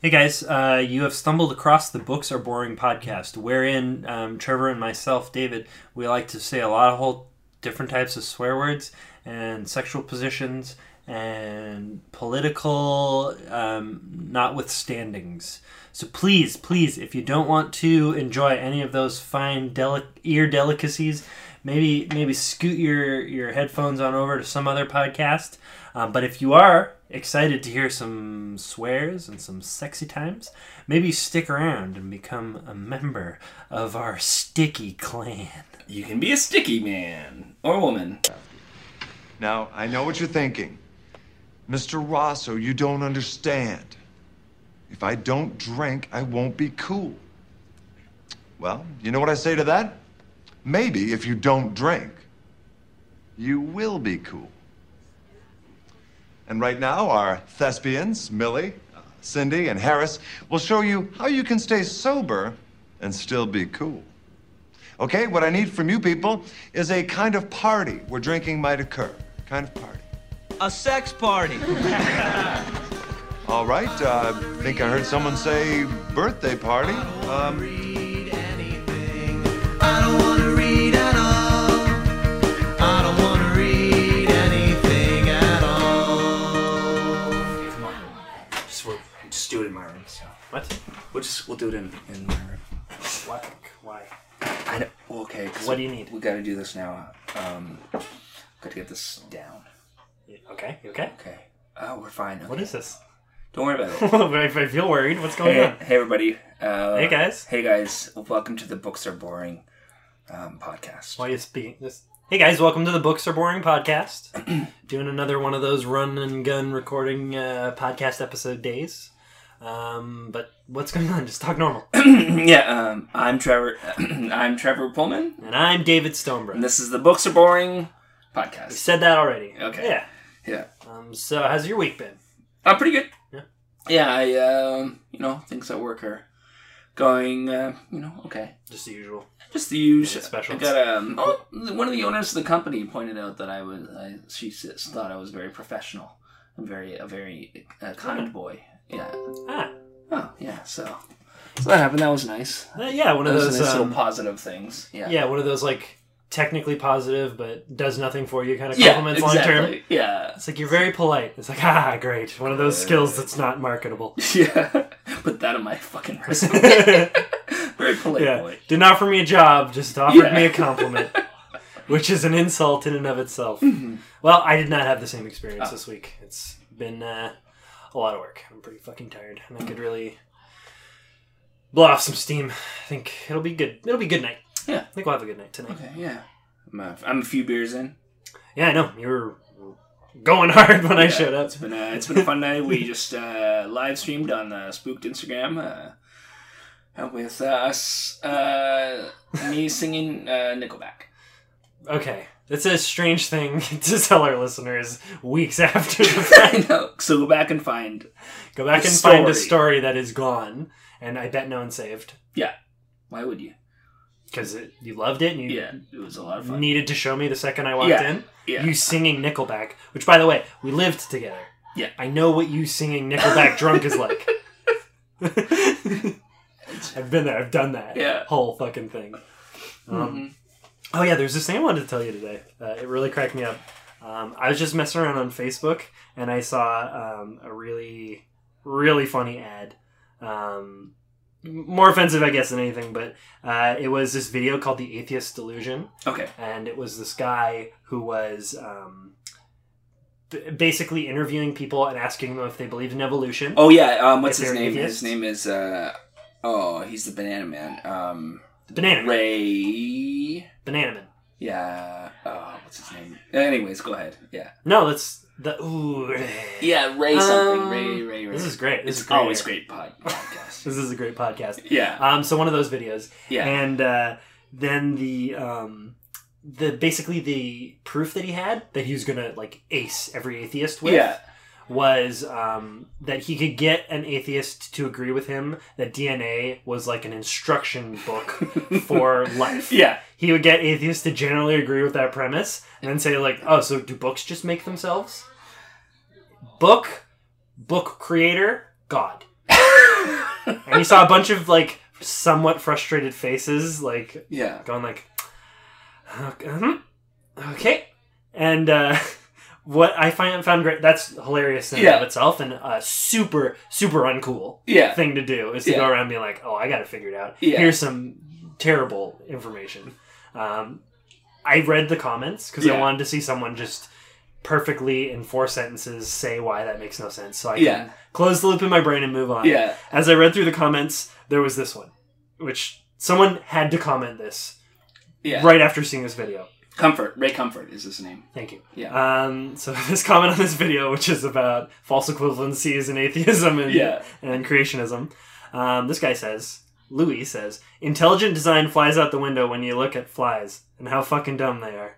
Hey guys, uh, you have stumbled across the Books Are Boring podcast, wherein um, Trevor and myself, David, we like to say a lot of whole different types of swear words and sexual positions and political um, notwithstandings. So please, please, if you don't want to enjoy any of those fine deli- ear delicacies, maybe maybe scoot your your headphones on over to some other podcast. Um, but if you are excited to hear some swears and some sexy times, maybe stick around and become a member of our sticky clan. You can be a sticky man or woman. Now, I know what you're thinking. Mr. Rosso, you don't understand. If I don't drink, I won't be cool. Well, you know what I say to that? Maybe if you don't drink, you will be cool. And right now, our thespians, Millie, uh, Cindy, and Harris, will show you how you can stay sober and still be cool. Okay, what I need from you people is a kind of party where drinking might occur. Kind of party. A sex party. All right, uh, I think I heard someone say birthday party. Um, read anything. I don't want to read at all. I don't want to read anything at all. Come on. Just, we'll, just do it in my room. So. What? We'll just we'll do it in, in my room. Why? Why? I know, well, okay. 'cause What do you need? We got to do this now. Um, got to get this down. Okay, you okay. Okay. Oh, we're fine. Okay. What is this? Don't worry about it. I I feel worried. What's going Hey, on? hey everybody. Uh, Hey, guys. Hey guys. Welcome to the Books Are Boring um, podcast. Why are you speaking this? Hey guys, welcome to the Books Are Boring podcast. Doing another one of those run and gun recording uh, podcast episode days. Um, but what's going on? Just talk normal. yeah, um, I'm Trevor. I'm Trevor Pullman, and I'm David Stonebrook. and this is the Books Are Boring We podcast. said that already. Okay. Yeah. Yeah, Um, so how's your week been? I'm Uh, pretty good. Yeah. Yeah, I um, you know things at work are going uh, you know okay. Just the usual. Just the usual. Yeah, specials. I got um. Oh, one of the owners of the company pointed out that I was. I, she s- thought I was very professional. I'm very a very uh, Hmm. kind boy. Yeah. Ah, Oh yeah. So. So that happened. That was nice. uh, yeah, one of Those, those. nice um, little positive things. Yeah. yeah, one of those like technically positive but does nothing for you kind of Yeah. compliments exactly. long term. Yeah. It's like you're very polite. It's like ah, great. One of those skills that's not marketable. Yeah. Put that on my fucking resume. yeah, very polite boy. didn't offer me a job, just offered Yeah. me a compliment, which is an insult in and of itself. Mm-hmm. Well, I did not have the same Ah. experience this week. It's been uh, a lot of work. I'm pretty fucking tired, and I could Mm-hmm. really blow off some steam. I think it'll be good. It'll be a good night. Yeah. I think we'll have a good night tonight. Okay. Yeah. I'm a, I'm a few beers in. Yeah, I know you were going hard when I showed up. It's been a, it's been a fun night. We just uh, live streamed on uh, Spooked Instagram uh, with uh, us uh, me singing uh, Nickelback. Okay, that's a strange thing to tell our listeners weeks after the fact. I know. So go back and find. Go back The and find a story. story that is gone, and I bet no one saved Yeah. Why would you? because you loved it and you Yeah. It was a lot of fun. needed to show me the second I walked Yeah, in. yeah. You singing Nickelback, which by the way, we lived together. Yeah. I know what you singing Nickelback drunk is like. I've been there. I've done that. Yeah. Hmm. Mm-hmm. Whole fucking thing. Um, Oh yeah, there's this thing I wanted to tell you today. Uh, it really cracked me up. Um, I was just messing around on Facebook and I saw um, a really, really funny ad. Um, more offensive, I guess, than anything, but uh, it was this video called "The Atheist Delusion," Okay. and it was this guy who was um, b- basically interviewing people and asking them if they believed in evolution. Oh yeah. Um, what's If his you're an name? atheist? His name is. Uh, oh, he's the Banana Man. Um, Banana, Man. Ray. banana man. Yeah. Oh, what's his name? Anyways, go ahead. Yeah. No, that's the ooh. Yeah, Ray something. Um, Ray, Ray, Ray. This is great. This It's is great. always great pod- podcast. This is a great podcast. yeah. Um, so one of those videos, Yeah. and uh, then the um, the basically the proof that he had that he was gonna like ace every atheist with. Yeah. was um, that he could get an atheist to agree with him that DNA was like an instruction book for life. Yeah. He would get atheists to generally agree with that premise and then say, like, oh, so do books just make themselves? Book, book creator, God. and you saw a bunch of like somewhat frustrated faces, like Yeah. going like, "Okay, mhm, okay, and uh, what I find found great. That's hilarious in and of Yeah. itself, and uh, super super uncool Yeah. thing to do is to go Yeah. around being like, "Oh, I got it figured out. Yeah. Here's some terrible information." Um, I read the comments because I Yeah. wanted to see someone just perfectly in four sentences say why that makes no sense, so I Yeah. can close the loop in my brain and move on. Yeah. As I read through the comments, there was this one, which someone had to comment this Yeah. right after seeing this video. Comfort. Ray Comfort is his name. Thank you. Yeah. Um, so this comment on this video, which is about false equivalencies and atheism and, Yeah. and creationism, um, this guy says, Louis says, intelligent design flies out the window when you look at flies and how fucking dumb they are.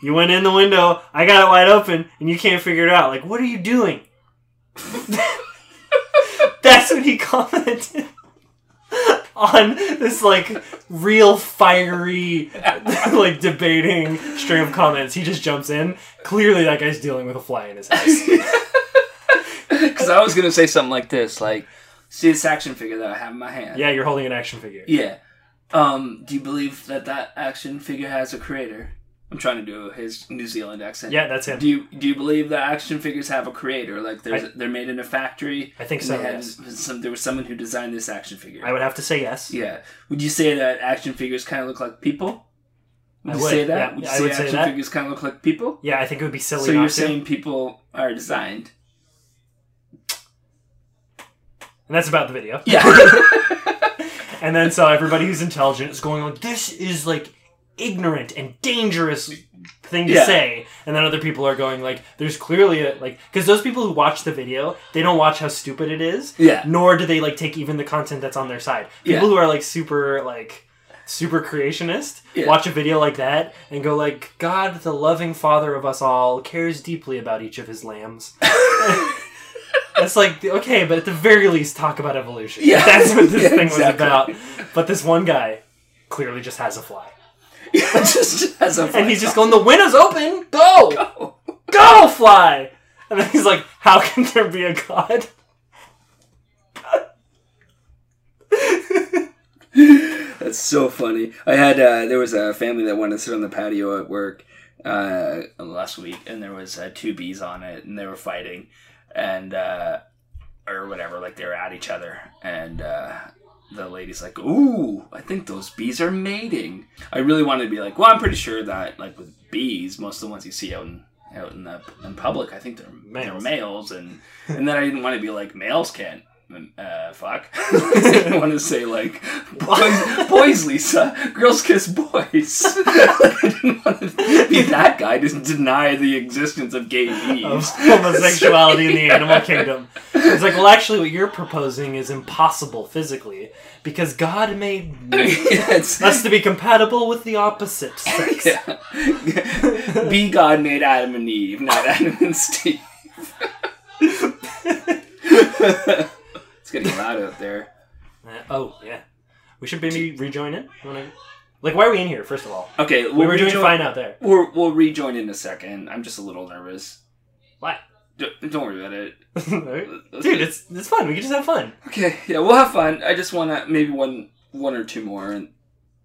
you went in the window, I got it wide open, and you can't figure it out. Like, what are you doing? That's what he commented on this like real fiery like debating string of comments. He just jumps in. Clearly, that guy's dealing with a fly in his house. Because I was gonna say something like this, like, see this action figure that I have in my hand. yeah, you're holding an action figure. Yeah. Um, do you believe that that action figure has a creator? I'm trying to do his New Zealand accent. Yeah, that's him. Do you do you believe that action figures have a creator? Like there's they're made in a factory. I think and so, they had yes. some- there was someone who designed this action figure. I would have to say yes. yeah. Would you say that action figures kind of look like people? Would I you would, say that? yeah. would you I say would say action that. figures kind of look like people? Yeah, I think it would be silly. So not you're to. saying people are designed? and that's about the video. Yeah. And then so everybody who's intelligent is going like, this is like ignorant and dangerous thing to Yeah. say. And then other people are going like, there's clearly a like because those people who watch the video, they don't watch how stupid it is. Yeah. Nor do they like take even the content that's on their side. People Yeah. who are like super like super creationist Yeah. watch a video like that and go like god the loving father of us all cares deeply about each of his lambs it's like okay but at the very least talk about evolution Yeah. that's what this Yeah, thing was exactly. about but this one guy clearly just has a fly. just as a And he's just going, the window's open! Go! Go! fly! And then he's like, how can there be a god? That's so funny. I had uh, there was a family that wanted to sit on the patio at work uh, last week, and there was uh, two bees on it, and they were fighting, and uh, or whatever, like they were at each other, and uh, the lady's like, "Ooh, I think those bees are mating." I really wanted to be like, "Well, I'm pretty sure that like with bees, most of the ones you see out in out in the in public, I think they're they're Males. males," and and then I didn't want to be like males can't. Uh, fuck. I want to say like boys, boys, Lisa. Girls kiss boys. I didn't want to be that guy. Just deny the existence of gay bees. Of homosexuality in the animal kingdom. It's like, well, actually, what you're proposing is impossible physically because God made me yes. us to be compatible with the opposite sex. Yeah. Be God made Adam and Eve, not Adam and Steve. it's getting loud out there. Uh, oh, yeah. We should maybe rejoin it. You wanna- Like, why are we in here, first of all? Okay, We were doing rejoin- fine out there. We're, we'll rejoin in a second. I'm just a little nervous. Why? D- don't worry about it. Dude, it's, it's fun. We can just have fun. Okay, yeah, we'll have fun. I just want to maybe one one or two more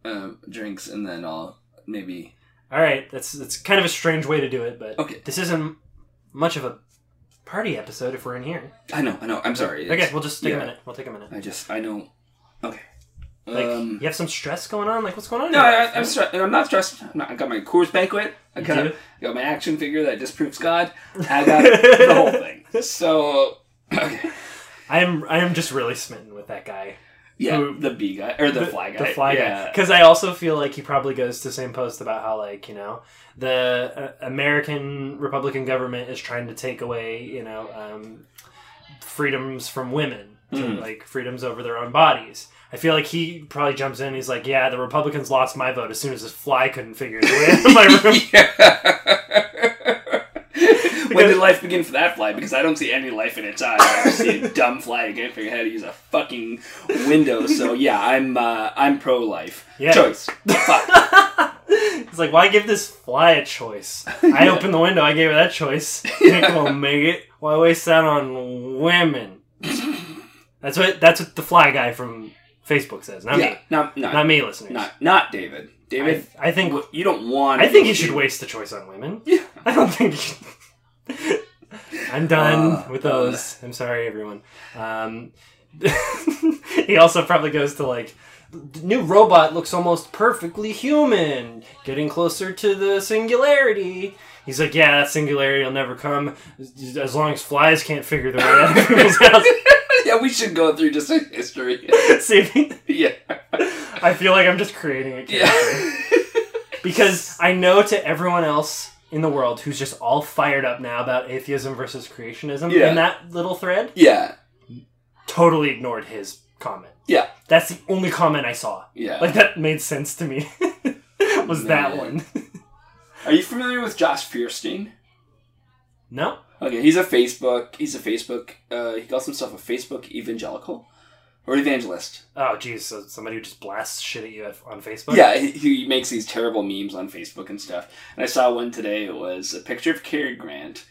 uh, drinks, and then I'll maybe. All right, that's that's kind of a strange way to do it, but Okay. this isn't much of a party episode if we're in here. I know, I know. I'm sorry. okay, it's- we'll just take a yeah. minute. We'll take a minute. I just I don't. Okay. Like, um, you have some stress going on. Like, what's going on? in No, your I, life? I'm, stre- I'm not stressed. I'm not, I got my Coors Banquet. I got, do? I got my action figure that disproves God. I got the whole thing. So, okay. I am. I am just really smitten with that guy, yeah, Who- the B guy or the, fly guy. the fly guy, yeah. because I also feel like he probably goes to the same post about how like you know the uh, American Republican government is trying to take away you know um, freedoms from women, to, Hmm. like freedoms over their own bodies. I feel like he probably jumps in. He's like, "Yeah, the Republicans lost my vote as soon as this fly couldn't figure his way out of my room." when did life begin for that fly? Because I don't see any life in its eyes. I just see a dumb fly again figure how to use a fucking window. So yeah, I'm uh, I'm pro life. Yeah. Choice. Fuck. He's like, "Why give this fly a choice? I opened the window. I gave her that choice. You ain't gonna make it. Why waste that on women?" That's what that's what the fly guy from Facebook says. Not yeah, me. not not Not me, listeners. not not David. I, David, I think w- you don't want. I think you should waste the choice on women. Yeah. I don't think. You should. I'm done Uh, with those. I'm sorry, everyone. Um, he also probably goes to like, "The new robot looks almost perfectly human, getting closer to the singularity. He's like, yeah, that singularity will never come as as long as flies can't figure their way out of people's house. yeah, we should go through just a history. See, yeah, I feel like I'm just creating a character. yeah. Because I know to everyone else in the world who's just all fired up now about atheism versus creationism Yeah. in that little thread, yeah, totally ignored his comment. yeah, That's the only comment I saw. yeah. Like that made sense to me. was that Man. one? Are you familiar with Josh Fierstein? No. Okay, he's a Facebook. He's a Facebook. Uh, he calls himself a Facebook evangelical or evangelist. Oh, geez, so somebody who just blasts shit at you at, on Facebook. Yeah, he, he makes these terrible memes on Facebook and stuff. And I saw one today. It was a picture of Cary Grant.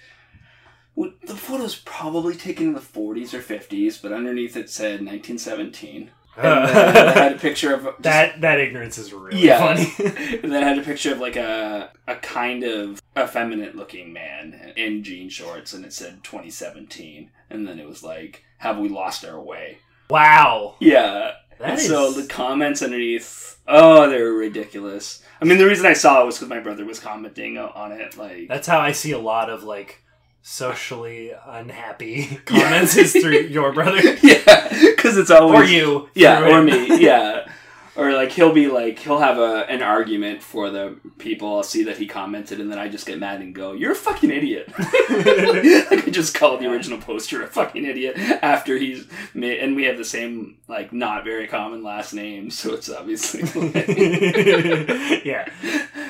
Well, The photo's probably taken in the 40s or 50s, but underneath it said 1917. And then it had a picture of just- that that ignorance is really Yeah. funny. and then it had a picture of like a a kind of effeminate looking man in jean shorts, and it said 2017. And then it was like, "Have we lost our way?" wow. Yeah, That and is So the comments underneath, oh, they were ridiculous. I mean, the reason I saw it was because my brother was commenting o- on it. Like, That's how I see a lot of like socially unhappy Yeah. comments is through your brother yeah, because it's always or you. yeah, through or him. me, yeah, or like he'll be like he'll have a an argument for the people. I'll see that he commented, and then I just get mad and go, "You're a fucking idiot." like I just called the original poster a fucking idiot after he's made, and we have the same like not very common last name, so it's obviously yeah.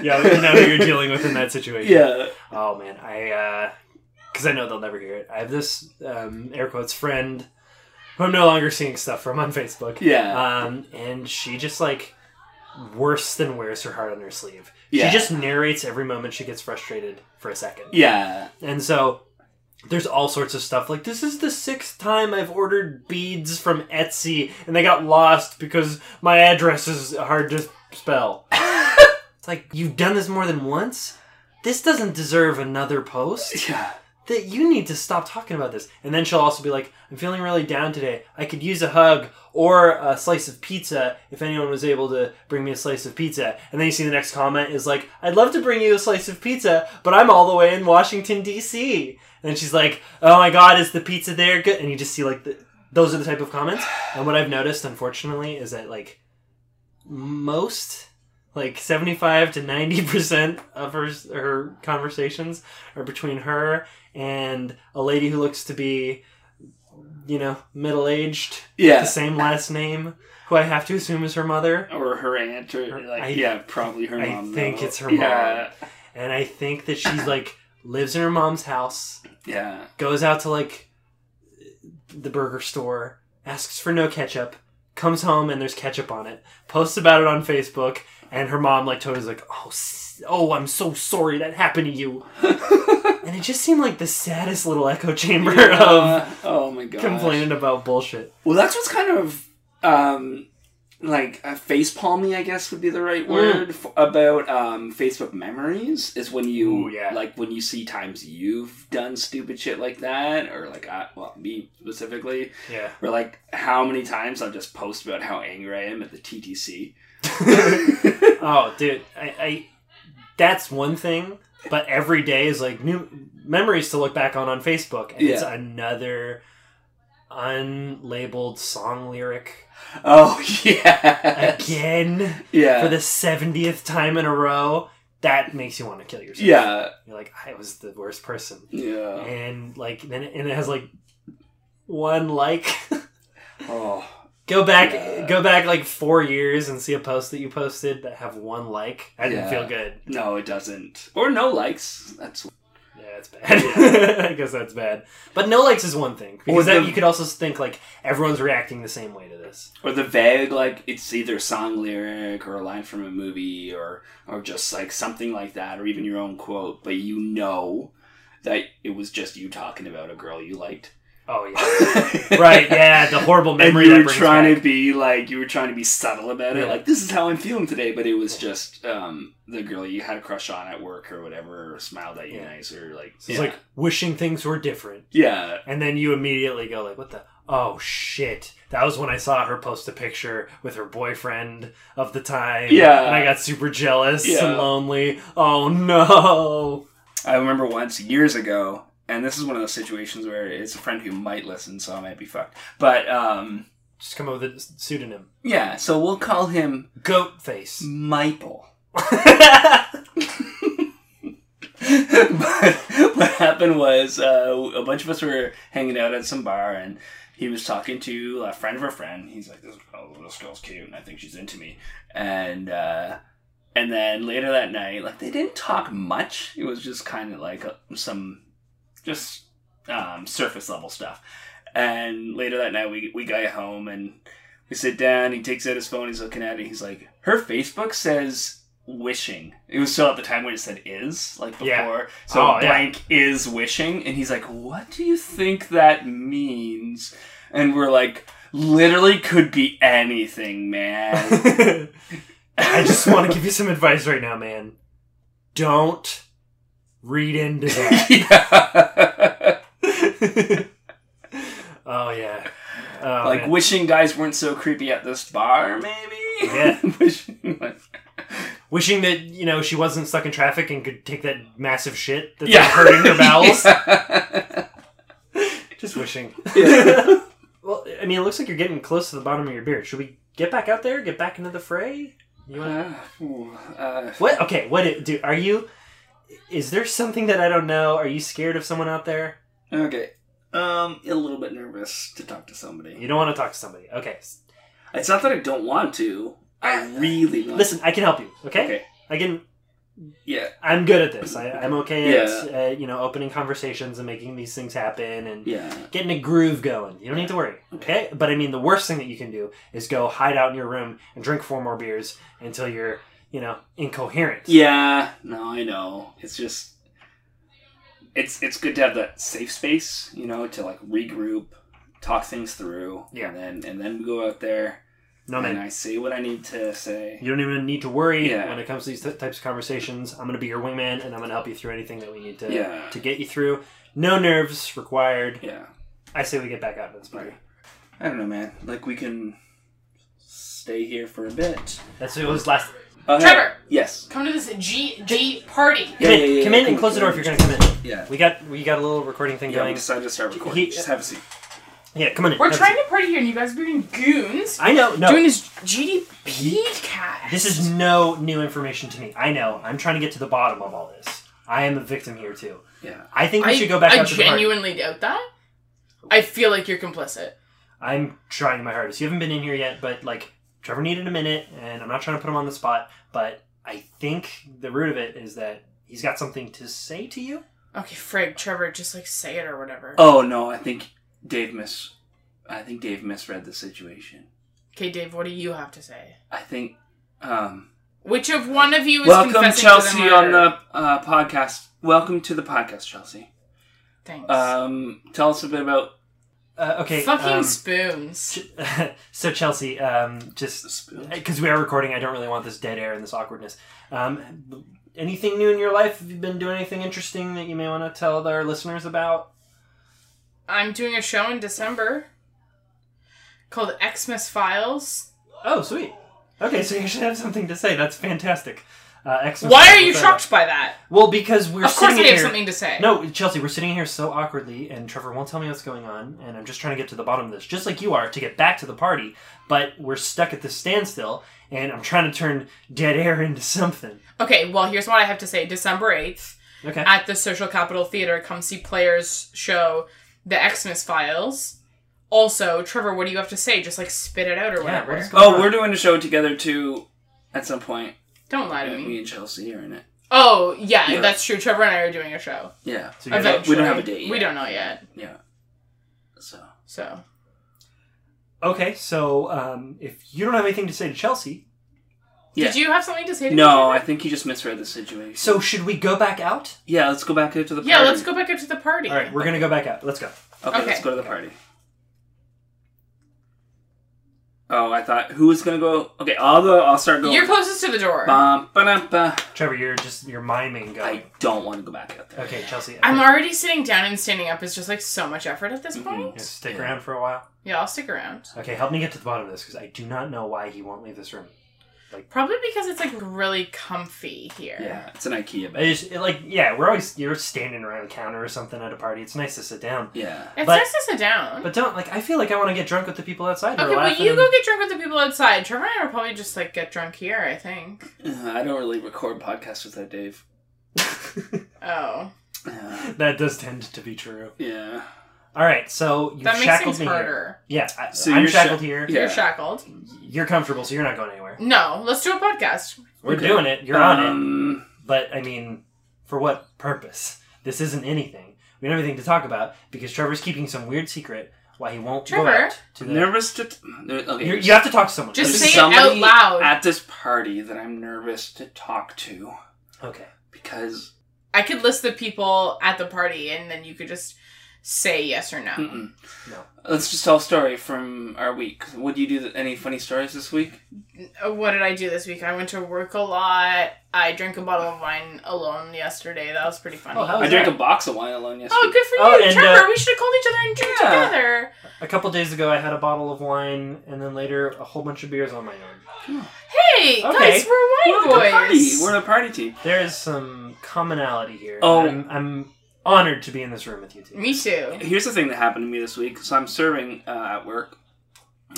Yeah, you know who you're dealing with in that situation. yeah, Oh man, I uh because I know they'll never hear it. I have this um air quotes friend who I'm no longer seeing stuff from on Facebook. yeah. Um and she just like worse than wears her heart on her sleeve. Yeah. She just narrates every moment she gets frustrated for a second. Yeah. And so there's all sorts of stuff like this is the sixth time I've ordered beads from Etsy and they got lost because my address is hard to spell. it's like you've done this more than once. This doesn't deserve another post. Yeah. That you need to stop talking about this. And then she'll also be like, "I'm feeling really down today. I could use a hug or a slice of pizza if anyone was able to bring me a slice of pizza." And then you see the next comment is like, "I'd love to bring you a slice of pizza, but I'm all the way in Washington D.C." And she's like, "Oh my God, is the pizza there good?" And you just see like the, those are the type of comments. And what I've noticed, unfortunately, is that like most like 75 to 90% of her her conversations are between her and a lady who looks to be you know middle-aged Yeah. the same last name who i have to assume is her mother Or her aunt, or like, I- yeah, probably her I mom. think though. it's her yeah. and i think that she's like lives in her mom's house Yeah. goes out to like the burger store, asks for no ketchup, comes home and there's ketchup on it, posts about it on Facebook, and her mom like totally is like, oh, s- oh, I'm so sorry that happened to you, and it just seemed like the saddest little echo chamber of Uh, oh my god. complaining about bullshit. Well, that's what's kind of um, like a face palmy, I guess would be the Hmm. right word f- about um, Facebook memories is when you Ooh, yeah. like when you see times you've done stupid shit like that, or like I, well me specifically, Yeah, or like how many times I'll just post about how angry I am at the TTC. Oh, dude, I, I that's one thing, but every day is like new memories to look back on on Facebook, and it's Yeah. another unlabeled song lyric Oh yeah, again yeah, for the seventieth time in a row. That makes you want to kill yourself. yeah, you're like, I was the worst person, yeah. and like then it, and it has like one like. Oh. Go back, Yeah. go back like four years and see a post that you posted that have one like. I didn't Yeah. feel good. No, it doesn't. Or no likes. That's Yeah, that's bad. I guess that's bad. But no likes is one thing because Well, that, the- you could also think like everyone's reacting the same way to this. or the vague like it's either a song lyric or a line from a movie or or just like something like that or even your own quote, but you know that it was just you talking about a girl you liked. Oh yeah, right. Yeah, the horrible and memory. you that were brings trying back. to be like you were trying to be subtle about it Yeah. like this is how i'm feeling today but it was just um, the girl you had a crush on at work or whatever or smiled at you Yeah. nice or like It's like wishing things were different, yeah and then you immediately go like, "What the? Oh shit!" That was when I saw her post a picture with her boyfriend of the time. Yeah. and I got super jealous Yeah. and lonely. Oh no! i remember once years ago and this is one of those situations where it's a friend who might listen so i might be fucked but um, Just come up with a pseudonym, yeah so we'll call him Goat Face. michael yeah, but what happened was uh, a bunch of us were hanging out at some bar and he was talking to a friend of a friend he's like this, girl, this girl's cute and i think she's into me and uh, and then later that night like they didn't talk much it was just kind of like a, some just um, surface level stuff and later that night we, we got home and we sit down he takes out his phone he's looking at it he's like her facebook says wishing it was still at the time when it said is like before Yeah. so Oh, yeah. blank is wishing, and he's like, "What do you think that means?" And we're like, "Literally, could be anything, man." I just want to give you some advice right now, man. Don't read into that. yeah. oh yeah. Oh, like man. wishing guys weren't so creepy at this bar, maybe. Yeah. wishing, like, wishing that you know she wasn't stuck in traffic and could take that massive shit that's yeah, like, hurting her bowels. Yeah. Just wishing. Yeah. Well, I mean, it looks like you're getting close to the bottom of your beer. Should we get back out there? Get back into the fray? You wanna... Uh, ooh, uh, What? Okay. What i- do? Are you? Is there something that I don't know? Are you scared of someone out there? okay. Um, a little bit nervous to talk to somebody. You don't want to talk to somebody. Okay. s- It's not that I don't want to. I really want Listen, I can help you. Okay. Okay. I can. Yeah. I'm good at this. I, I'm okay Yeah. at uh, you know opening conversations and making these things happen and Yeah. getting a groove going. You don't need to worry. Okay? But I mean, the worst thing that you can do is go hide out in your room and drink four more beers until you're, you know, incoherent. Yeah, no, I know. It's just it's it's good to have that safe space, you know, to like regroup, talk things through, Yeah. and then and then we go out there No, and man. I say what I need to say. You don't even need to worry Yeah. when it comes to these t- types of conversations. I'm going to be your wingman and I'm going to help you through anything that we need to Yeah. to get you through. No nerves required. Yeah, I say we get back out of this party. Right. I don't know, man. Like we can stay here for a bit. That's it was last. Uh, Trevor! Yes. Come to this G D party. Come in, come in and close the door if you're going to come in. Yeah. We got we got a little recording thing Yeah, we going. decided to start recording. He- Just have a seat. Yeah, come on in. We're Have a trying seat. to party here, and you guys are being goons. I know. No. Doing this GDP cast. This is no new information to me. I know. I'm trying to get to the bottom of all this. I am a victim here too. Yeah. I think we I, should go back I out to the party. genuinely doubt that. I feel like you're complicit. I'm trying my hardest. You haven't been in here yet, but like Trevor needed a minute, and I'm not trying to put him on the spot. But I think the root of it is that he's got something to say to you. Okay, Frig, Trevor, just like say it or whatever. Oh no, I think Dave miss I think Dave misread the situation. Okay, Dave, what do you have to say? I think um Which of one of you is Welcome, confessing to Chelsea, the on murder? the uh, podcast. Welcome to the podcast, Chelsea. Thanks. Um, tell us a bit about Uh, okay. Fucking um, spoons. Ch- so Chelsea, um, the just spoon. because we are recording, I don't really want this dead air and this awkwardness. Um, anything new in your life? Have you been doing anything interesting that you may want to tell our listeners about? I'm doing a show in December called Xmas Files. Oh, sweet. Okay, so you actually have something to say. That's fantastic. Uh, excellent. Why are you Sorry. shocked by that? Well, because we're Of course, sitting I have here. something to say. No, Chelsea, we're sitting here so awkwardly, and Trevor won't tell me what's going on, and I'm just trying to get to the bottom of this, just like you are, to get back to the party. But we're stuck at this standstill, and I'm trying to turn dead air into something. Okay, well, here's what I have to say. December 8th, Okay. at the Social Capital Theater. Come see Players show The Xmas Files. Also, Trevor, what do you have to say? Just like spit it out or yeah, whatever. what is going Oh, on? we're doing a show together too. At some point, Don't lie to and me me. and Chelsea are in it. Oh, yeah, Yeah. that's true. Trevor and I are doing a show. Yeah, So you're- Eventually. we don't have a date We yet. don't know yet. yeah. So So, Okay, so um, if you don't have anything to say to Chelsea, yeah. did you have something to say to No, I Trevor? think you just misread the situation. so should we go back out? yeah, let's go back to the. Yeah, party. let's go back up to the party. All right, we're gonna go back out. Let's go. Okay, Okay. let's go to the party. Oh, I thought who was gonna go? Okay, I'll go. I'll start going. You're closest to the door. Bum, ba-dum, ba. Trevor, you're just you're miming going. I don't want to go back out there. okay, Chelsea. I I'm think- already sitting down and standing up is just like so much effort at this point. Yeah, stick around for a while. Yeah, I'll stick around. Okay, help me get to the bottom of this because I do not know why he won't leave this room. Probably because it's like really comfy here. Yeah, it's an IKEA I bed. just it, like yeah, we're always you're standing around a counter or something at a party. It's nice to sit down, Yeah. It's But- nice to sit down. but don't like I feel like I want to get drunk with the people outside. who are okay, well, laughing you and- go get drunk with the people outside. Trevor and I will probably just like get drunk here, I think. Uh, I don't really record podcasts without Dave. Uh, Oh. That does tend to be true. yeah. All right, so you That makes shackled things me here. harder. Yeah, I, So I'm you're shack- shackled here. Yeah. You're shackled. You're comfortable, so you're not going anywhere. No, let's do a podcast. We're Okay. doing it. You're on it. Um, But I mean, for what purpose? This isn't anything. We don't have anything to talk about because Trevor's keeping some weird secret why he won't go Trevor? out to the. Nervous to. T- there- okay. You're- you have to talk to someone. Just there's say it somebody out loud. At this party that I'm nervous to talk to okay. because. I could list the people at the party and then you could just say yes or no. Mm-mm. No. Let's just tell a story from our week. Would you do th- any funny stories this week? Uh, What did I do this week? I went to work a lot. I drank a bottle of wine alone yesterday. That was pretty funny. Oh, how Oh, was I drank a that? box of wine alone yesterday. good for you, Oh, and, Trevor. uh, we should have called each other and drank Yeah. together. A couple days ago, I had a bottle of wine, and then later a whole bunch of beers on my own. Okay. Hey, guys, we're wine We're the party. boys. We're the party team. There is some commonality here. Oh. I'm, I'm honored to be in this room with you two. Me too. Here's the thing that happened to me this week. So I'm serving uh, at work.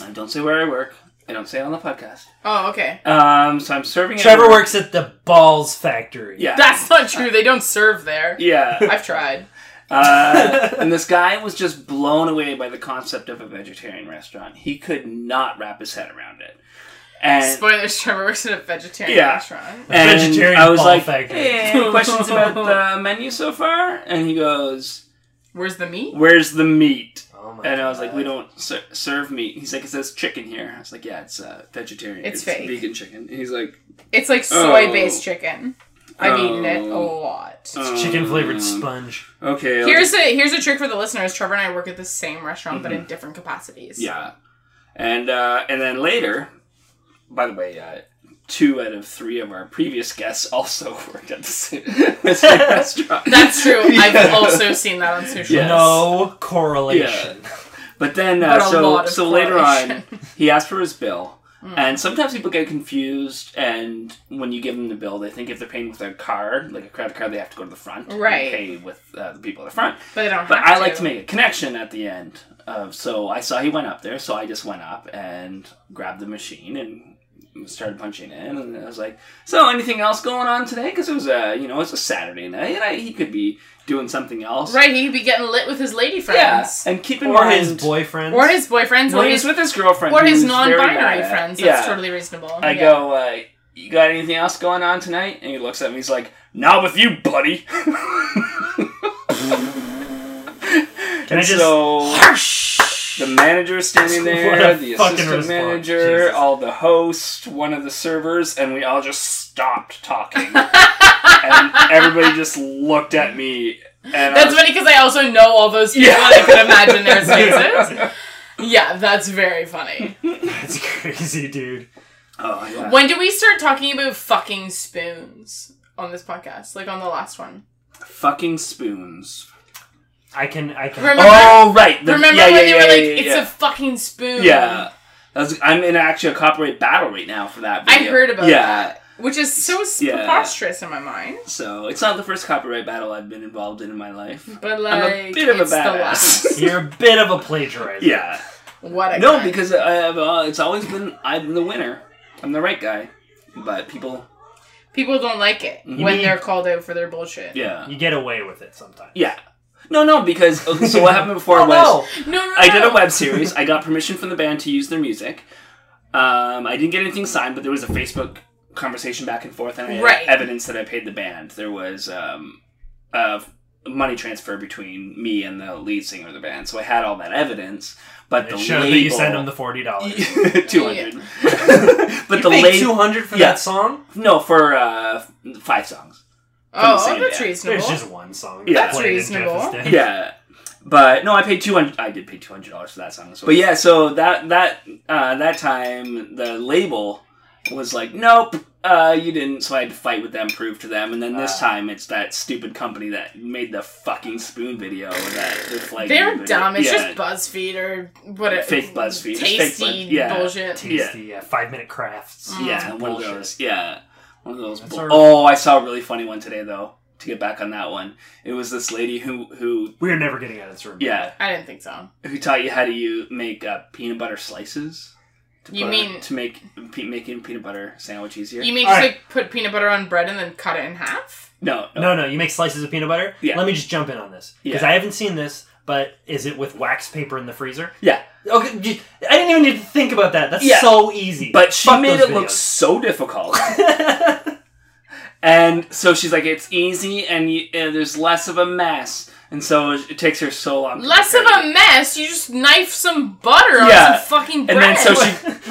I don't say where I work. I don't say it on the podcast. Oh, okay. Um, so I'm serving. Trevor at works at the Balls Factory. Yeah, That's not true. They don't serve there. yeah. I've tried. Uh, and this guy was just blown away by the concept of a vegetarian restaurant. He could not wrap his head around it. And Spoilers, Trevor works in a vegetarian Yeah. restaurant. and Vegetarian I was ball like, factory. "Any questions about the menu so far?" And he goes, Where's the meat? "Where's the meat?" Oh my And I was like, "We God. don't ser- serve meat." He's like, "It says chicken here." I was like, "Yeah, it's uh, vegetarian. It's fake. vegan chicken." And he's like, It's like soy based chicken. I've eaten it a Oh. lot. It's chicken flavored Um, sponge. Okay. I'll Here's a here's a trick for the listeners. Trevor and I work at the same restaurant but in different capacities. Mm-hmm. Yeah, and uh, and then later, by the way, uh, two out of three of our previous guests also worked at the same, the same restaurant. That's true. Yeah. I've also seen that on social. Yes. No correlation. But then, But uh, a so lot of so later on, correlation. Hmm. he asked for his bill, and sometimes people get confused. And when you give them the bill, they think if they're paying with their card, like a credit card, they have to go to the front, and Right. pay with uh, the people at the front. But they don't But have I like to make a connection at the end of so I saw he went up there, so I just went up and grabbed the machine and started punching in, and I was like, "So anything else going on today? Because it was a you know it's a Saturday night, and I, he could be doing something else, Right, he could be getting lit with his lady Yeah, friends. and keep in Or mind, his boyfriend. Or his boyfriends well, or he's his with his girlfriend, or his who's very bad non-binary at it. friends. yeah, That's totally reasonable. I Yeah. go, uh, "You got anything else going on tonight?" And he looks at me, he's like, "Not with you, buddy." Can I just? so the manager standing What there, a the fucking assistant response. manager, Jesus. all the hosts, one of the servers, and we all just stopped talking. and everybody just looked at me. And I That's was- funny because I also know all those people Yeah. and I could imagine their faces. yeah, that's very funny. That's crazy, dude. Oh, yeah. When do we start talking about fucking spoons on this podcast? Like on the last one. Fucking spoons. I can. I can. Remember, Oh, right. the- remember yeah, when yeah, they yeah, were like, yeah, it's yeah. a fucking spoon? Yeah. That's- I'm in actually a copyright battle right now for that I video. heard about yeah. that. Which is so s- Yeah. preposterous in my mind. So it's not the first copyright battle I've been involved in in my life. But like, I'm a bit of a it's the last. badass. You're a bit of a plagiarizer. yeah. What a No, guy. because I have, uh, it's always been I'm the winner. I'm the right guy. But people, people don't like it when mean- they're called out for their bullshit. yeah, You get away with it sometimes. yeah. No, no, because okay, so what happened before Oh, was no. No, no, no. I did a web series. I got permission from the band to use their music. Um, I didn't get anything signed, but there was a Facebook conversation back and forth, and I had Right. evidence that I paid the band. There was um, a money transfer between me and the lead singer of the band, so I had all that evidence. But the Oh! It showed that you sent him the forty dollars. two hundred. but the Paid late two hundred for Yeah. that song. No, for uh, five songs. Oh, same that's band. reasonable. There's just one song. Yeah. that That's played in reasonable. Jefferson. Yeah. But no, I paid two hundred. I did pay two hundred dollars for that song. as well. But yeah, so that that uh, that time the label was like, nope, uh, you didn't. So I had to fight with them, prove to them, and then this Ah. time it's that stupid company that made the fucking spoon video that the flag. They're video. dumb. It's Yeah. just BuzzFeed or whatever. Fake BuzzFeed. It's fake Tasty Buzz- yeah. bullshit. Tasty yeah. five minute crafts. Mm. Yeah, Some one of bullshit. those. Yeah, one of those. That's bull- our- oh, I saw a really funny one today though. To get back on that one, it was this lady who who We're never getting out of this room. yeah I didn't think so. who taught you how to you make uh, peanut butter slices. To You put- mean- to make pe- making peanut butter sandwich easier? You mean All just right. like put peanut butter on bread and then cut it in half? no, no, No, no, you make slices of peanut butter. Yeah. Let me just jump in on this because Yeah. I haven't seen this. But is it with wax paper in the freezer? yeah. Okay, j- I didn't even need to think about that. That's Yeah. so easy. But she Fuck made those it look videos. so difficult. and so she's like, it's easy and, you, and there's less of a mess. And so it takes her so long. to Less of prepare it. a mess. You just knife some butter Yeah. on some fucking bread. And then so she.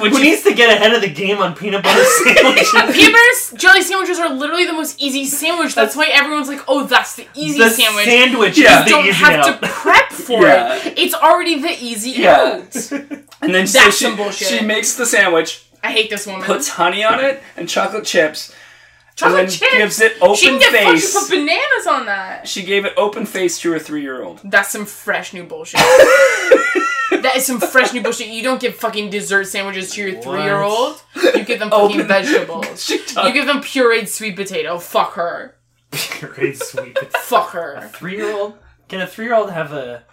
When Who she needs to get ahead of the game on peanut butter sandwiches? Peanut butter s- jelly sandwiches are literally the most easy sandwich. That's why everyone's like, "Oh, that's the easy the sandwich." sandwich Yeah. is the you don't easy have out. to prep for Yeah. it. It's already the easy Yeah. out. and then so That's she, some bullshit. she makes the sandwich, I hate this woman. puts honey on it, and chocolate chips, Uh-huh. Chocolate and then chips. gives it open she can get fucking face. put bananas on that. She gave it open face to her three year old. That's some fresh new bullshit. that is some fresh new bullshit. You don't give fucking dessert sandwiches to your three year old. You give them fucking Open- vegetables. She You talked. give them pureed sweet potato. Fuck her. Great sweet. Fuck her. Three year old? Can a three year old have a?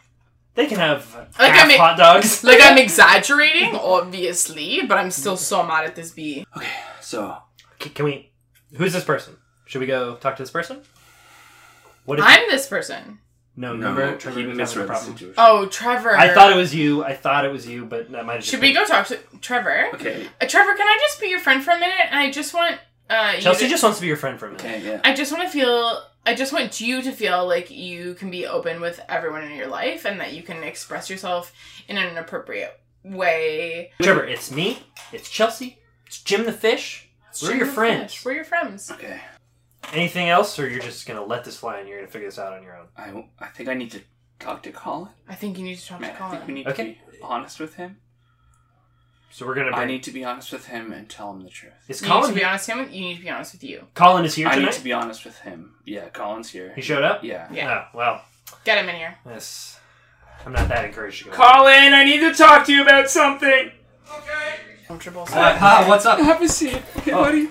They can have I half mean- hot dogs. Like I'm exaggerating, obviously, but I'm still so mad at this bee. So C- Can we? Who's this person? Should we go talk to this person? What? If, I'm this person. no, no, remember he Trevor was having a misread the problem. situation. Oh, Trevor. I thought it was you. I thought it was you, but that might have. Should just we been- go talk to Trevor? Okay. Uh, Trevor, can I just be your friend for a minute? I just want uh, you Chelsea to- just wants to be your friend for a minute. Okay. Yeah. I just want to feel. I just want you to feel like you can be open with everyone in your life and that you can express yourself in an appropriate way. Trevor, it's me. It's Chelsea. It's Jim the Fish. We're your friends. We're your friends. Okay. Anything else, or you're just gonna let this fly and you're gonna figure this out on your own? I, I think I need to talk to Colin. I think you need to talk to Man, I think we Colin. need Okay. to be honest with him. So we're gonna. I Bring, need to be honest with him and tell him the truth. is You need to Colin? be here? honest with him. You need to be honest with you. Colin is here I need tonight. to be honest with him. Yeah, Colin's here. he showed up. yeah. Yeah. Oh, well, Get him in here. yes. I'm not that encouraged. To go. Colin, I need to talk to you about something. Comfortable. Uh, hi, what's up? Have a seat, okay, buddy.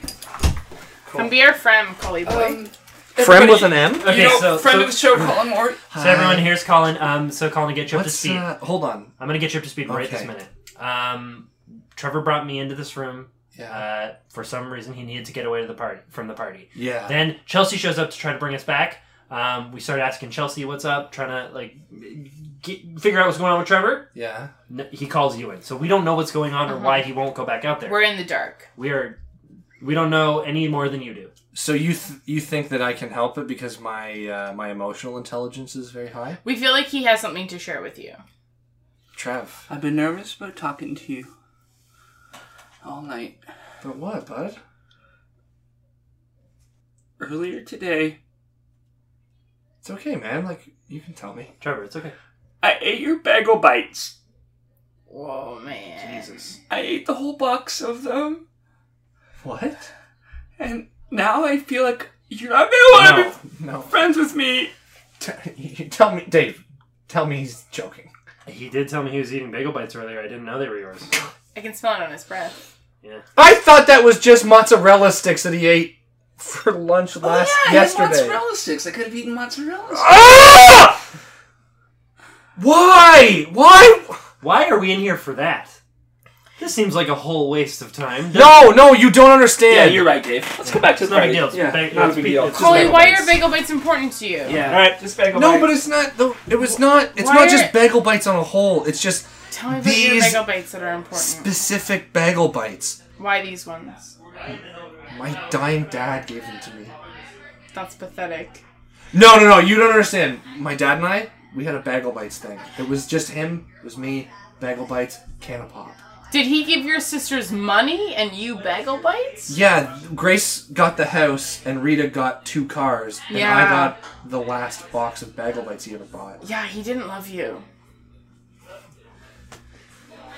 Come be our friend, Collie boy. Friend with an M? okay, you know, so friend so, of the show, Colin Moore. so everyone here's Colin. Um, so Colin, to get you up to What's, speed. uh, hold on. I'm gonna get you up to speed right this Okay. minute. Um, Trevor brought me into this room. Yeah. Uh, for some reason, he needed to get away to the party from the party. Yeah. Then Chelsea shows up to try to bring us back. Um, we start asking Chelsea what's up, trying to like get, figure out what's going on with Trevor. yeah. N he calls you in, so we don't know what's going on or why he won't go back out there. We're in the dark. We are, we don't know any more than you do. So you th- you think that I can help it because my uh, my emotional intelligence is very high? We feel like he has something to share with you. Trev. I've been nervous about talking to you all night. But what, bud? Earlier today, It's okay, man. Like you can tell me. Trevor, it's okay. I ate your bagel bites. Whoa, man. Jesus. I ate the whole box of them, What? and now I feel like you're not gonna want to No. be No. friends with me. T- tell me, Dave. Tell me he's joking. He did tell me he was eating bagel bites earlier. I didn't know they were yours. I can smell it on his breath. Yeah. I thought that was just mozzarella sticks that he ate for lunch last oh, yeah, I had yesterday. mozzarella sticks. I could have eaten mozzarella sticks. Ah! Why? Why? Why are we in here for that? This seems like a whole waste of time. No, no, you don't Yeah, understand. you're right, Dave. Let's go back to It's the not a party. big deal. It's Yeah, big- not a it's big big- deal. it's Collie, bagel why are bagel bites important to you? Yeah. All right, just bagel No, bites. but it's not. The, it was not. It's Why not are- just bagel bites on a whole. It's just Tell me about your These- bagel bites that are important. specific bagel bites. Why these ones? My dying dad gave them to me. That's pathetic. No, no, no. You don't understand. My dad and I, we had a bagel bites thing. It was just him. It was me. Bagel bites. Can of pop. Did he give your sisters money and you bagel bites? Yeah, Grace got the house and Rita got two cars, and I Yeah. got the last box of bagel bites he ever bought. Yeah, he didn't love you.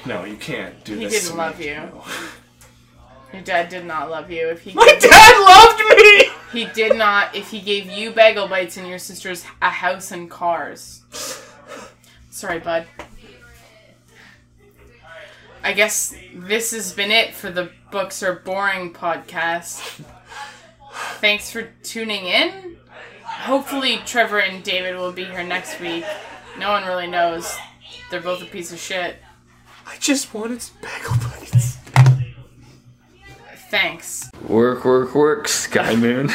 No, you can't do He this. didn't to love me. you. No. Your dad did not love you. If he My dad loved me. he did not if he gave you bagel bites and your sisters a house and cars. Sorry, bud. I guess this has been it for the Books Are Boring podcast. Thanks for tuning in. Hopefully, Trevor and David will be here next week. No one really knows. They're both a piece of shit. I just wanted some bagel bites. Thanks. Work, work, work, Sky Moon.